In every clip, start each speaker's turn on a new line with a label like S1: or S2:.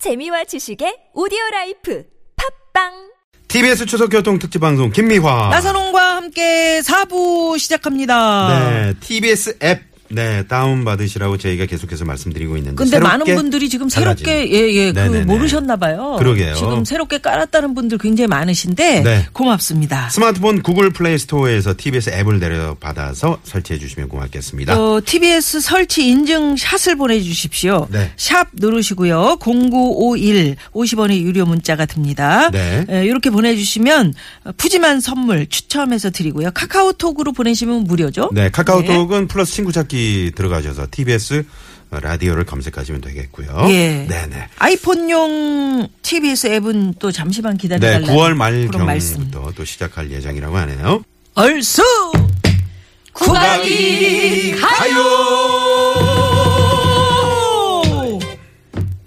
S1: 재미와 지식의 오디오 라이프 팝빵
S2: TBS 추석 교통 특집 방송 김미화.
S3: 나선홍과 함께 4부 시작합니다.
S2: 네, TBS 앱. 네, 다운 받으시라고 저희가 계속해서 말씀드리고 있는데.
S3: 근데 많은
S2: 새롭게
S3: 분들이 지금
S2: 달라진.
S3: 새롭게 예예 그
S2: 네네네.
S3: 모르셨나 봐요.
S2: 그러게요.
S3: 지금 새롭게 깔았다는 분들 굉장히 많으신데
S2: 네.
S3: 고맙습니다.
S2: 스마트폰 구글 플레이 스토어에서 TBS 앱을 내려받아서 설치해 주시면 고맙겠습니다.
S3: 어, TBS 설치 인증 샷을 보내주십시오.
S2: 네.
S3: 샵 누르시고요. 0951 50원의 유료 문자가 듭니다.
S2: 네.
S3: 예, 이렇게 보내주시면 푸짐한 선물 추첨해서 드리고요. 카카오톡으로 보내시면 무료죠.
S2: 네, 카카오톡은 플러스 친구 찾기 들어가셔서 TBS 라디오를 검색하시면 되겠고요.
S3: 예.
S2: 네, 네.
S3: 아이폰용 TBS 앱은 또 잠시만
S2: 네,
S3: 기다려달라는
S2: 9월 말경부터
S3: 그런 말씀.
S2: 또 시작할 예정이라고 하네요.
S3: 얼쑤
S2: 구박이
S3: 가요.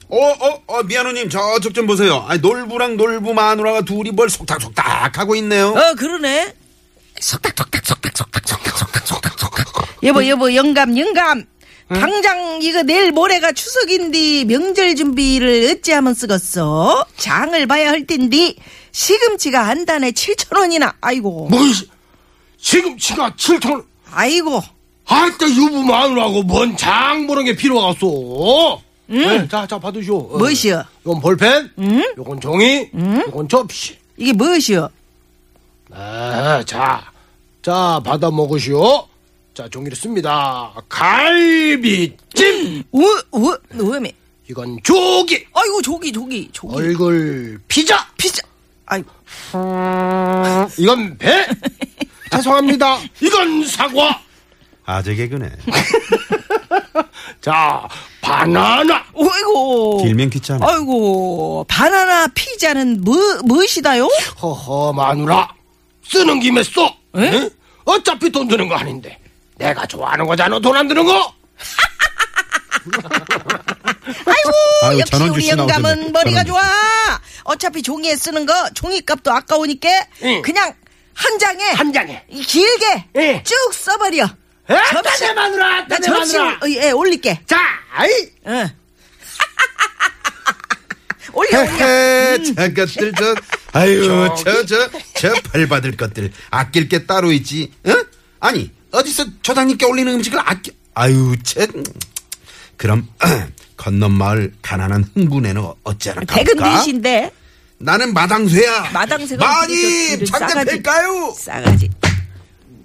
S2: 어, 어, 어, 미아노님, 저쪽 좀 보세요. 아, 놀부랑 놀부 마누라가 둘이 뭘 속닥속닥 하고 있네요.
S3: 어 그러네.
S2: 속닥속닥속닥속닥속닥속닥속닥.
S3: 여보 여보 영감 영감. 당장 이거 내일 모레가 추석인데 명절 준비를 어찌하면 쓰겠어? 장을 봐야 할 텐데 시금치가 한 단에 7천 원이나. 아이고
S4: 뭐, 이- 지금 지가 7천,
S3: 아이고.
S4: 아따 유부 마누라고 뭔 장 보는 게 필요하겠소? 네, 자, 자, 받으시오. 어,
S3: 뭐시여?
S4: 요건 볼펜, 요건 종이, 요건 접시.
S3: 이게 무엇이요?
S4: 아, 자, 자, 받아 먹으시오. 자, 종이를 씁니다. 갈비찜!
S3: 우우 우메.
S4: 이건 조기!
S3: 아이고 저기 저기 저기.
S4: 얼굴 피자!
S3: 피자. 아이고.
S4: 이건 배! 죄송합니다. 이건 사과!
S2: 아재 개그네.
S3: 어.
S4: 자, 바나나!
S3: 오이고.
S2: 길면 귀찮아.
S3: 아이고. 바나나 피자는 뭐 무엇이다요?
S4: 허허 마누라 쓰는 김에 써
S3: 에?
S4: 응? 어차피 돈 드는 거 아닌데 내가 좋아하는 거잖아 돈 안 드는 거
S2: 아유,
S3: 역시
S2: 전원주
S3: 우리
S2: 씨 나오셨네.
S3: 영감은 머리가
S2: 전원주.
S3: 좋아. 어차피 종이에 쓰는 거 종이값도 아까우니까
S4: 응.
S3: 그냥 한 장에
S4: 한 장에
S3: 이 길게
S4: 예.
S3: 쭉 써버려.
S4: 에따 내 마누라
S3: 나
S4: 에따 내
S3: 접시
S4: 마누라
S3: 어, 예, 올릴게.
S4: 자 아이
S3: 응. 올려 올려.
S2: 헤헤, 저것들 저, 아유, 저, 저, 저 벌 받을 것들 아낄 게 따로 있지. 응? 아니 어디서 조상님께 올리는 음식을 아끼? 아유, 쟤. 그럼 건넌 마을 가난한 흥분에는 어찌하나
S3: 백은
S2: 가볼까?
S3: 미신데
S2: 나는 마당쇠야.
S3: 마당쇠가
S2: 많이
S3: 그래도 싸가지.
S2: 장대될까요?
S3: 싸가지.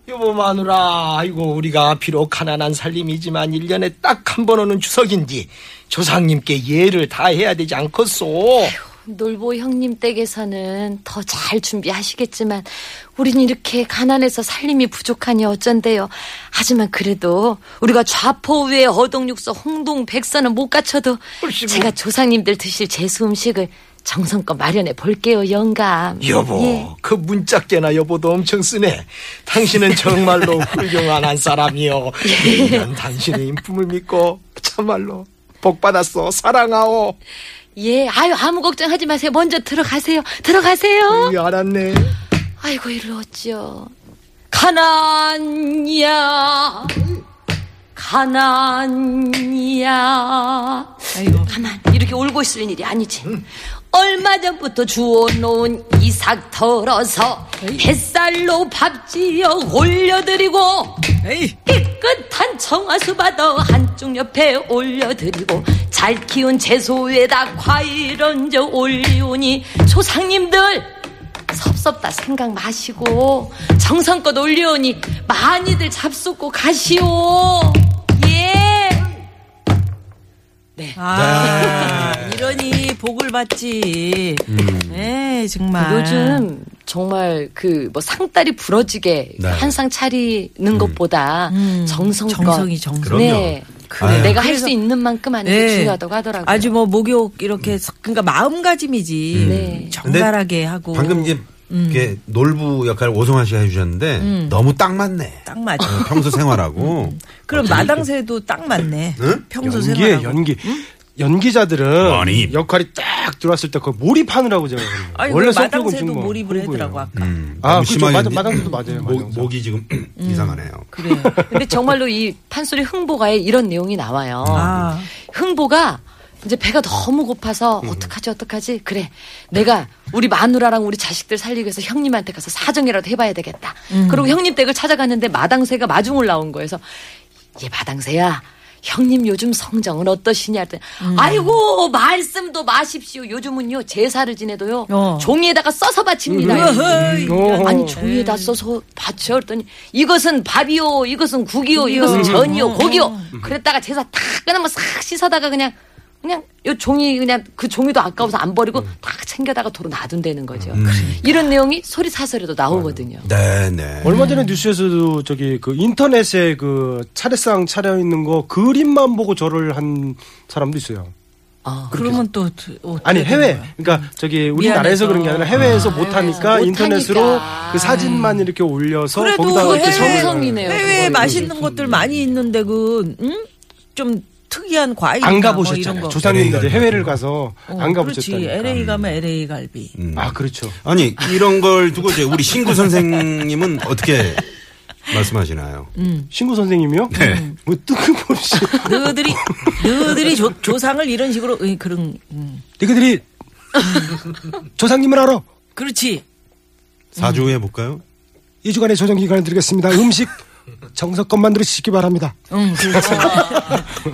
S4: 여보 마누라 아이고 우리가 비록 가난한 살림이지만 일년에 딱 한 번 오는 추석인지 조상님께 예를 다 해야 되지 않겠소
S5: 놀보 형님 댁에서는 더 잘 준비하시겠지만 우린 이렇게 가난해서 살림이 부족하니 어쩐대요. 하지만 그래도 우리가 좌포 위에 어동육서 홍동 백서는 못 갖춰도 제가 조상님들 드실 제수 음식을 정성껏 마련해 볼게요, 영감.
S4: 여보
S5: 예.
S4: 그 문짝개나 여보도 엄청 쓰네 당신은 정말로 훌륭한 한 사람이요 매년 당신의 인품을 믿고 참말로 복 받았어 사랑하오
S5: 예, 아유 아무 걱정하지 마세요. 먼저 들어가세요. 들어가세요.
S4: 이 알았네
S5: 아이고 일로 어찌요 가난이야 가난이야
S3: 아이고.
S5: 가만 이렇게 울고 있을 일이 아니지 얼마 전부터 주워놓은 이삭 털어서 햇살로 밥 지어 올려드리고
S3: 에이.
S5: 깨끗한 청아수 받아 한쪽 옆에 올려드리고 잘 키운 채소 위에다 과일 얹어 올리오니 조상님들 섭섭다 생각 마시고 정성껏 올리오니 많이들 잡숫고 가시오 예
S3: 아,
S6: 네.
S3: 이러니 복을 받지.
S6: 음.
S3: 네, 정말.
S5: 요즘 정말 그 뭐 상다리 부러지게
S2: 네.
S5: 한 상 차리는 것보다
S3: 음,
S5: 정성껏
S3: 정성이 정성.
S2: 그럼요. 아.
S5: 네.
S2: 그래요.
S5: 내가 할
S3: 그래서-
S5: 수 있는 만큼 하는 게
S3: 네.
S5: 중요하다고 하더라고요
S3: 아주 뭐 목욕 이렇게 섞- 그러니까 마음가짐이지.
S5: 네.
S3: 정갈하게 하고.
S2: 방금 이제 이렇게 놀부 역할을 오성환 씨가 해주셨는데 너무 딱 맞네.
S3: 딱 맞아.
S2: 어, 평소 생활하고 음.
S3: 그럼 마당새도 딱 맞네. 평소
S4: 연기에
S3: 생활하고.
S4: 연기 연기자들은
S2: 아니.
S4: 역할이 딱 들어왔을 때 그걸 몰입하느라고 제가 그래요.
S3: 아니,
S4: 원래
S3: 원래
S4: 성격은
S3: 마당새도
S4: 좀 뭐
S3: 몰입을
S4: 그거예요.
S3: 하더라고 아까.
S6: 음.
S2: 음.
S4: 아,
S2: 너무
S4: 그렇죠.
S2: 심하게
S4: 마당-
S2: 했는데
S4: 마당도 맞아요,
S2: 목,
S4: 마당도.
S2: 목이 지금 이상하네요.
S3: 그래요.
S5: 근데 정말로 이 판소리 흥보가에 이런 내용이 나와요.
S3: 아.
S5: 흥보가 이제 배가 너무 고파서 어떡하지 어떡하지 그래 내가 우리 마누라랑 우리 자식들 살리기 위해서 형님한테 가서 사정이라도 해봐야 되겠다 그리고 형님 댁을 찾아갔는데 마당새가 마중 올라온 거여서 얘 마당새야 형님 요즘 성정은 어떠시냐 했더니 아이고 말씀도 마십시오 요즘은요 제사를 지내도요
S3: 어.
S5: 종이에다가 써서 바칩니다
S6: 음.
S5: 음.
S4: 어허.
S5: 아니 종이에다 써서 받쳐 그랬더니 이것은 밥이요 이것은 국이요
S6: 음.
S5: 이것은 전이요 고기요 그랬다가 제사 다 끝나면 싹 씻어다가 그냥 그냥 요 종이 그냥 그 종이도 아까워서 안 버리고
S6: 음.
S5: 다 챙겨다가 도로 놔둔다는 거죠
S6: 그러니까.
S5: 이런 내용이 소리 사설에도 나오거든요
S2: 네네.
S6: 얼마 전에 뉴스에서도 저기 그 인터넷에 그 차례상 차려 있는 거 그림만 보고 절을 한 사람도 있어요.
S5: 어.
S3: 그러면 또 드- 어떻게 되는
S6: 아니 해외
S3: 거야?
S6: 그러니까 저기 우리나라에서
S3: 미안해서.
S6: 그런 게 아니라 해외에서 못 하니까
S5: 해외에서
S6: 인터넷으로
S5: 못하니까.
S6: 그 사진만 이렇게 올려서
S3: 그래도 뭐
S6: 거기다가 이렇게
S3: 해외-
S5: 정성이네요.
S3: 해외에 맛있는 것들 많이 있는데 그 음? 좀 특이한 과일
S6: 안
S3: 이런
S6: 가보셨잖아요.
S3: 거.
S6: 조상님들이
S2: LA
S6: 해외를 가서
S3: 어, 그렇지.
S6: 안
S3: 음.
S6: 가보셨다니까. 음.
S3: LA 가면 LA 갈비.
S6: 아 그렇죠.
S2: 아니 이런 걸 두고 이제 우리 신구 선생님은 어떻게 말씀하시나요?
S6: 신구 선생님이요?
S2: 네.
S6: 뭐 뜬금없이
S3: 너들이 너들이 조, 조상을 이런 식으로 으이, 그런 음.
S6: 네, 니그들이 조상님을 알아.
S3: 그렇지.
S2: 사주 후에 볼까요?
S6: 2주간의 조정 기간을 드리겠습니다. 음식 정성껏 만들어 주시기 바랍니다.
S3: 응, 그렇지.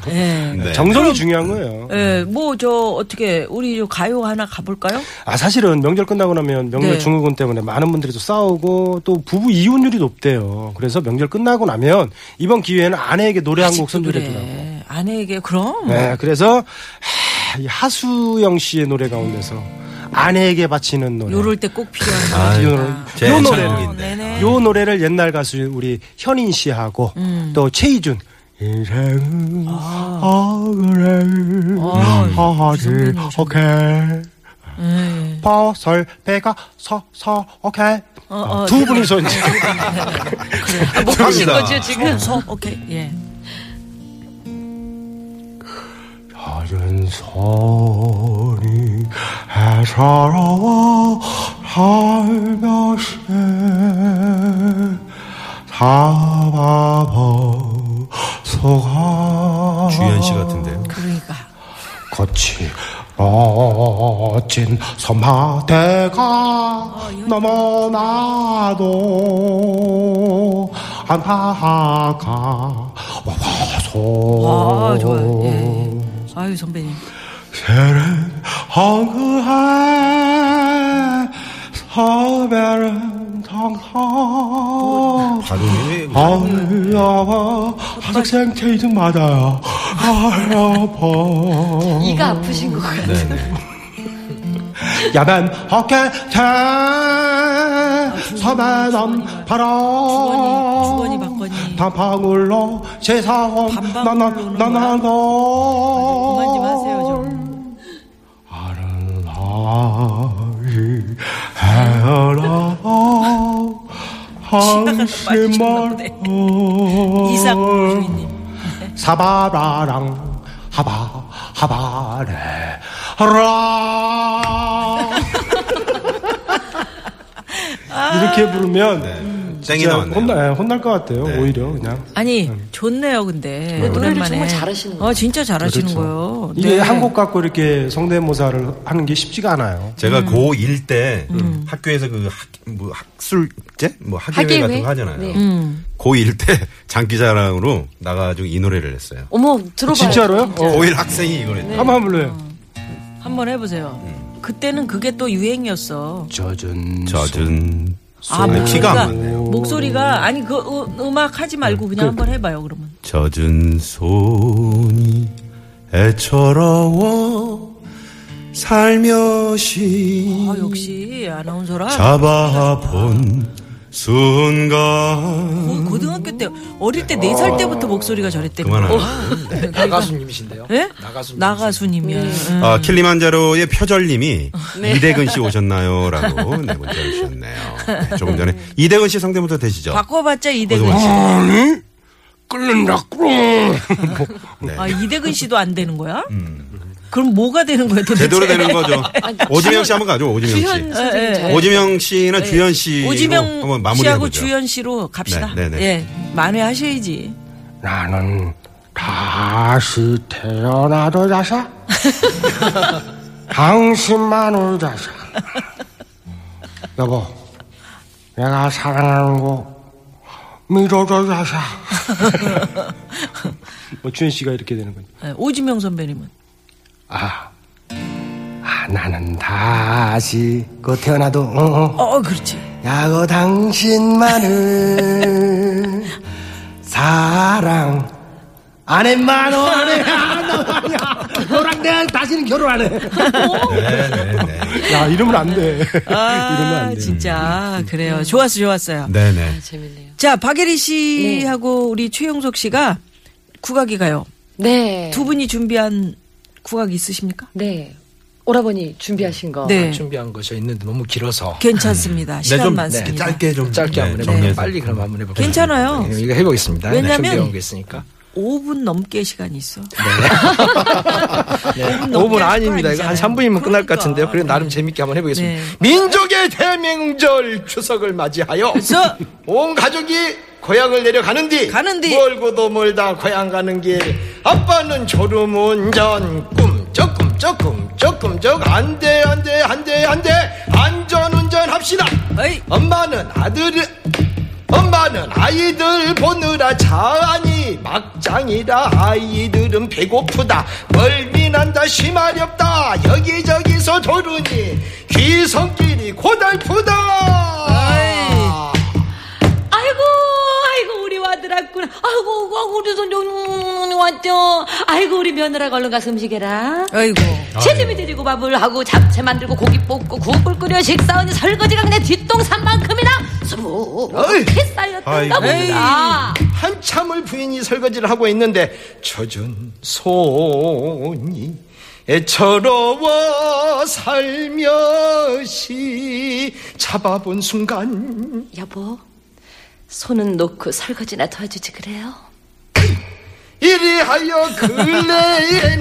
S3: 예.
S2: 네.
S6: 정성이 중요한 거예요.
S3: 예, 뭐 저 어떻게 우리 요 가요 하나 가볼까요?
S6: 아 사실은 명절 끝나고 나면 명절
S3: 네.
S6: 증후군 때문에 많은 분들이 또 싸우고 또 부부 이혼율이 높대요. 그래서 명절 끝나고 나면 이번 기회에는 아내에게 노래 한 곡
S3: 아직도
S6: 선물해주라고.
S3: 그래. 아내에게 그럼
S6: 네, 그래서 하, 이 하수영 씨의 노래 가운데서 아내에게 바치는 노래.
S3: 요럴 때 꼭 필요한 거.
S6: 이 노래.
S2: 제
S6: 요
S2: 애창곡인데.
S6: 노래를
S3: 네네.
S6: 요 노래를 옛날 가수 우리 현인 씨하고
S3: 음.
S6: 또 최희준 인생은
S3: 아. 음.
S6: 억울해 하하지 아, 오케이 버설 배가 서서 오케이
S3: 네. 어, 어,
S6: 두 분이서 이제
S5: 못 하신
S2: 갑니다.
S5: 거죠 네. 지금
S3: 서 오케이 예.
S6: 다른 손이 애처로워 살며시 다바보 속아
S2: 주현 씨 같은데요.
S3: 그러니까
S6: 거치 멋진 섬마대가 넘어나도 안타가 와서
S3: 아 좋아요. 예, 예. 아유 선배님.
S6: 새는 황후해 서별은 당상
S2: 발음이
S6: 아유아와 학생 테이든 맞아요 아유아파
S5: 이가 아프신
S6: 음.
S5: 것 같아요
S6: 네. 야만 어깨 대 서만함
S3: 주거니
S6: 바람
S3: 받거니.
S6: 단방울로 제사홈
S3: 단방울로는
S6: 나나나나고
S3: 그만 좀 하세요 좀.
S6: 아름다이 헤어라 한심을
S3: 이상호 주인님.
S6: 사바라랑 하바 하바레 라 이렇게 부르면
S2: 땡이
S6: 진짜
S2: 나왔네요. 네.
S6: 혼나, 예, 혼날 것 같아요 오히려 그냥
S3: 아니 좋네요 근데
S5: 음. 노래를
S3: 오랜만에.
S5: 정말 잘하시는 그렇죠.
S3: 어 진짜 잘하시는 거예요.
S6: 이게
S3: 네.
S6: 한곡 갖고 이렇게 성대모사를 하는 게 쉽지가 않아요
S2: 제가 고1 때 학교에서 그 학, 뭐 학술제? 뭐 학예회,
S5: 학예회?
S2: 같은 거 하잖아요.
S5: 네.
S2: 고1 때 장기자랑으로 나가가지고 이 노래를 했어요. 음.
S5: 어머 들어봐요
S6: 진짜로요? 어,
S2: 고1 학생이 이걸 했네.
S6: 한번 불러요
S3: 한번 해보세요.
S5: 음.
S3: 그때는 그게 또 유행이었어.
S5: 그렇죠.
S6: 젖은
S2: 젖은
S3: 아,
S2: 손에 피가 안
S3: 목소리가-
S2: 맞네요. 네,
S3: 목소리가 아니 그 음- 음악 하지 말고 그냥 한번 해봐요 그러면.
S2: 젖은 손이 애처로워 살며시
S3: 아 역시 아나운서라
S2: 잡아본 순간
S3: 고- 고등학교 때 어릴 때 네 살 때부터 목소리가 저랬대.
S2: 아, 그만하네.
S4: 나가수님이신데요?
S3: 예?
S4: 나가수님.
S3: 나가수님이야. 예. 응.
S2: 아, 킬리만자로의 표절님이
S3: 네.
S2: 이대근 씨 오셨나요? 라고 네, 문자를 주셨네요. 네, 조금 전에 이대근 씨 성대모사 되시죠? 어,
S3: 바꿔봤자 이대근
S2: 오승환
S3: 씨.
S2: 씨.
S6: 끓는다 끓어
S3: 아 이대근 씨도 안 되는 거야? 그럼 뭐가 되는 거야 도대체?
S2: 제대로 음. 되는 거죠.
S3: 아, 그
S2: 오지명 씨 한번 가죠, 오지명
S5: 주현
S2: 씨.
S5: 선생님 잘
S2: 오지명 씨나 주현 씨. 한번 네,
S3: 오지명
S2: 마무리
S3: 네. 씨하고
S2: 해보죠.
S3: 주현 씨로 갑시다.
S2: 네, 네, 네.
S3: 예, 만회하셔야지.
S6: 나는 다시 태어나도 자사 당신만 울 자사 여보 내가 사랑하는 거 믿어줘 자사 뭐 주현 씨가 이렇게 되는 거죠
S3: 예, 오지명 선배님은
S6: 아, 아 나는 다시 곧 태어나도 어, 어.
S3: 어 그렇지
S6: 야고 당신만을 사랑 안 해, 만원 안 해. 아, 나 아니야. 너랑 내가 다시는 결혼 안 해.
S2: 네네네.
S6: 야, 이러면 안 돼. 이러면
S3: 아
S6: 안 돼.
S3: 진짜
S2: 음.
S3: 그래요 좋았어 좋았어요
S2: 네네.
S5: 재밌네요.
S3: 자 박예리 씨하고 우리 최용석 씨가 국악이 가요
S5: 네.
S3: 두 분이 준비한 국악 있으십니까?
S5: 네. 오라버니 준비하신 거.
S3: 네
S4: 준비한 것이 있는데 너무 길어서
S3: 괜찮습니다 시간
S2: 좀
S3: 많습니다
S2: 짧게 좀
S4: 짧게
S2: 네,
S4: 한번 해볼게요.
S2: 정리해서.
S4: 빨리 그럼 한번 해볼게요.
S3: 괜찮아요.
S4: 네, 이거 해보겠습니다. 네,
S3: 왜냐면-
S4: 준비한 게 있으니까.
S3: 5분 넘게 시간이 있어
S4: 네.
S3: 넘게
S4: 5분
S3: 할
S4: 아닙니다.
S3: 거
S4: 이거 한
S3: 아니잖아요.
S4: 3분이면
S3: 그러니까.
S4: 끝날 것 같은데요. 그래 나름 재밌게 한번 해보겠습니다.
S3: 네.
S4: 민족의 대명절 추석을 맞이하여
S3: 그래서
S4: 온 가족이 고향을 내려가는 뒤
S3: 가는 뒤.
S4: 멀고도 멀다 고향 가는 길 아빠는 졸음운전 꿈쩍꿈쩍 꿈쩍꿈쩍 안돼 안돼 안돼 안돼 안전운전 합시다
S3: 에이.
S4: 엄마는 아들을 엄마는 아이들 보느라 자하니 막장이라 아이들은 배고프다 멀미난다 심하렵다 여기저기서 도르니 귀성길이 고달프다
S5: 아이고, 아이고, 우리 와들 왔구나. 아이고, 아이고, 우리 음, 손녀 왔죠. 아이고, 우리 며느라가 얼른 가서 음식 해라.
S3: 아이고
S5: 채집이 데리고 밥을 하고 잡채 만들고 고기 볶고 국물 끓여 식사하니 설거지가 그냥 뒷동산만큼이나 수북히 쌓였단다
S3: 아이고.
S5: 봅니다.
S4: 한참을 부인이 설거지를 하고 있는데 젖은 손이 애처로워 살며시 잡아본 순간
S5: 여보, 손은 놓고 설거지나 도와주지 그래요?
S4: 이리하여 근래에는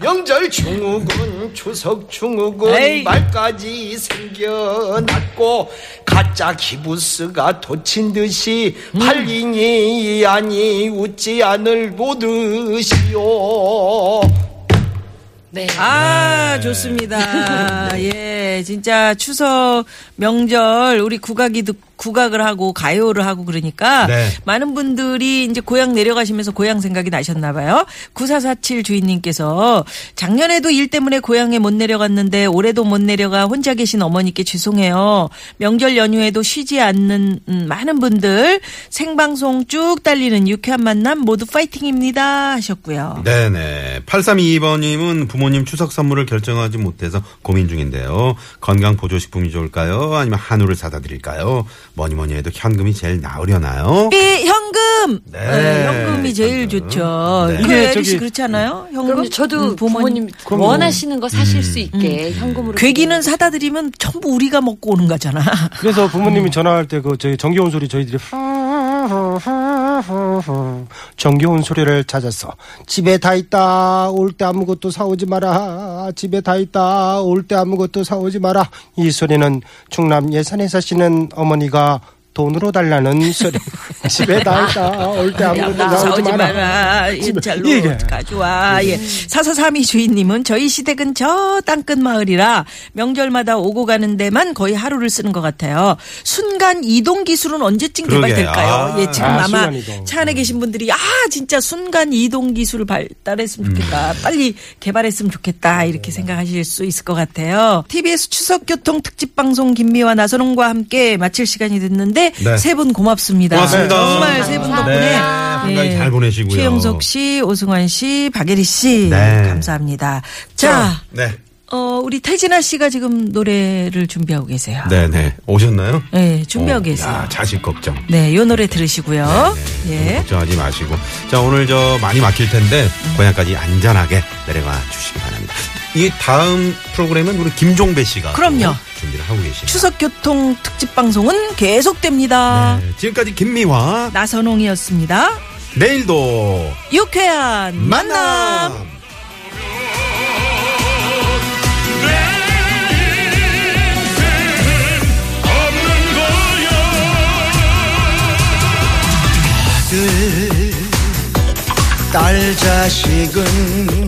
S4: 명절 중후군 추석 중후군
S3: 에이.
S4: 말까지 생겨났고 가짜 기부스가 도친 듯이
S3: 음.
S4: 팔리니 아니 웃지 않을 보듯이요
S5: 네.
S3: 아, 좋습니다. 예, 진짜 추석 명절 우리 국악이 듣- 국악을 하고 가요를 하고 그러니까
S2: 네.
S3: 많은 분들이 이제 고향 내려가시면서 고향 생각이 나셨나 봐요. 9447 주인님께서 작년에도 일 때문에 고향에 못 내려갔는데 올해도 못 내려가 혼자 계신 어머니께 죄송해요. 명절 연휴에도 쉬지 않는 음, 많은 분들 생방송 쭉 달리는 유쾌한 만남 모두 파이팅입니다 하셨고요.
S2: 네네. 8322번님은 부모님 추석 선물을 결정하지 못해서 고민 중인데요. 건강 보조식품이 좋을까요? 아니면 한우를 사다 드릴까요? 뭐니 뭐니 해도 현금이 제일 나으려나요?
S3: 삐 현금.
S2: 네.
S3: 네, 현금이 제일
S2: 현금.
S3: 좋죠.
S2: 네.
S3: 그
S6: 네,
S3: 에리 씨
S6: 저기-
S3: 그렇지 않아요? 현금.
S5: 그럼 저도
S3: 음,
S5: 부모님, 음. 원하시는 거 사실 수 있게 현금으로.
S3: 괴기는 사다 드리면 전부 우리가 먹고 오는 거잖아.
S6: 그래서 부모님이 전화할 때 그 저희 정겨운 소리 저희들이 후후후후 정겨운 소리를 찾았어. 집에 다 있다. 올 때 아무것도 사오지 마라. 집에 다 있다. 올 때 아무것도 사오지 마라. 이 소리는 충남 예산에 사시는 어머니가 돈으로 달라는 소리. 집에 다 있다. 올 때 아무것도 사오지
S3: 싸우지
S6: 마라.
S3: 마라. 일자로
S6: 예.
S3: 가져와. 예. 4432 주인님은 저희 시댁은 저 땅끝 마을이라 명절마다 오고 가는 데만 거의 하루를 쓰는 것 같아요. 순간 이동 기술은 언제쯤
S2: 그러게요.
S3: 개발될까요?
S2: 아.
S3: 예, 지금
S6: 아,
S3: 아, 마
S6: 순간 이동.
S3: 차 안에 계신 분들이 아 진짜 순간 이동 기술을
S6: 음.
S3: 발달했으면 좋겠다. 빨리 개발했으면 좋겠다. 이렇게 생각하실 수 있을 것 같아요. TBS 추석 교통 특집 방송 김미화 나선홍과 함께 마칠 시간이 됐는데
S2: 네.
S3: 세 분 고맙습니다.
S2: 고맙습니다.
S3: 정말 세 분 덕분에
S2: 네, 한가위
S3: 네.
S2: 잘 보내시고요.
S3: 최영석 씨, 오승환 씨, 박예리 씨
S2: 네.
S3: 감사합니다. 자,
S2: 네.
S3: 어, 우리 태진아 씨가 지금 노래를 준비하고 계세요.
S2: 네네. 오셨나요?
S3: 네, 준비하고
S2: 어,
S3: 계세요.
S2: 야, 자식 걱정.
S3: 네, 요 노래 들으시고요.
S2: 네,
S3: 예.
S2: 걱정하지 마시고. 자, 오늘 저 많이 막힐 텐데, 고향까지 안전하게 내려가 주시기 바랍니다. 이 다음 프로그램은 우리 김종배 씨가.
S3: 그럼요.
S2: 준비를 하고 계십니다.
S3: 추석 교통 특집 방송은 계속됩니다.
S2: 네, 지금까지 김미화.
S3: 나선홍이었습니다.
S2: 내일도
S3: 유쾌한 만남.
S2: 만남!
S4: 딸
S7: 자식은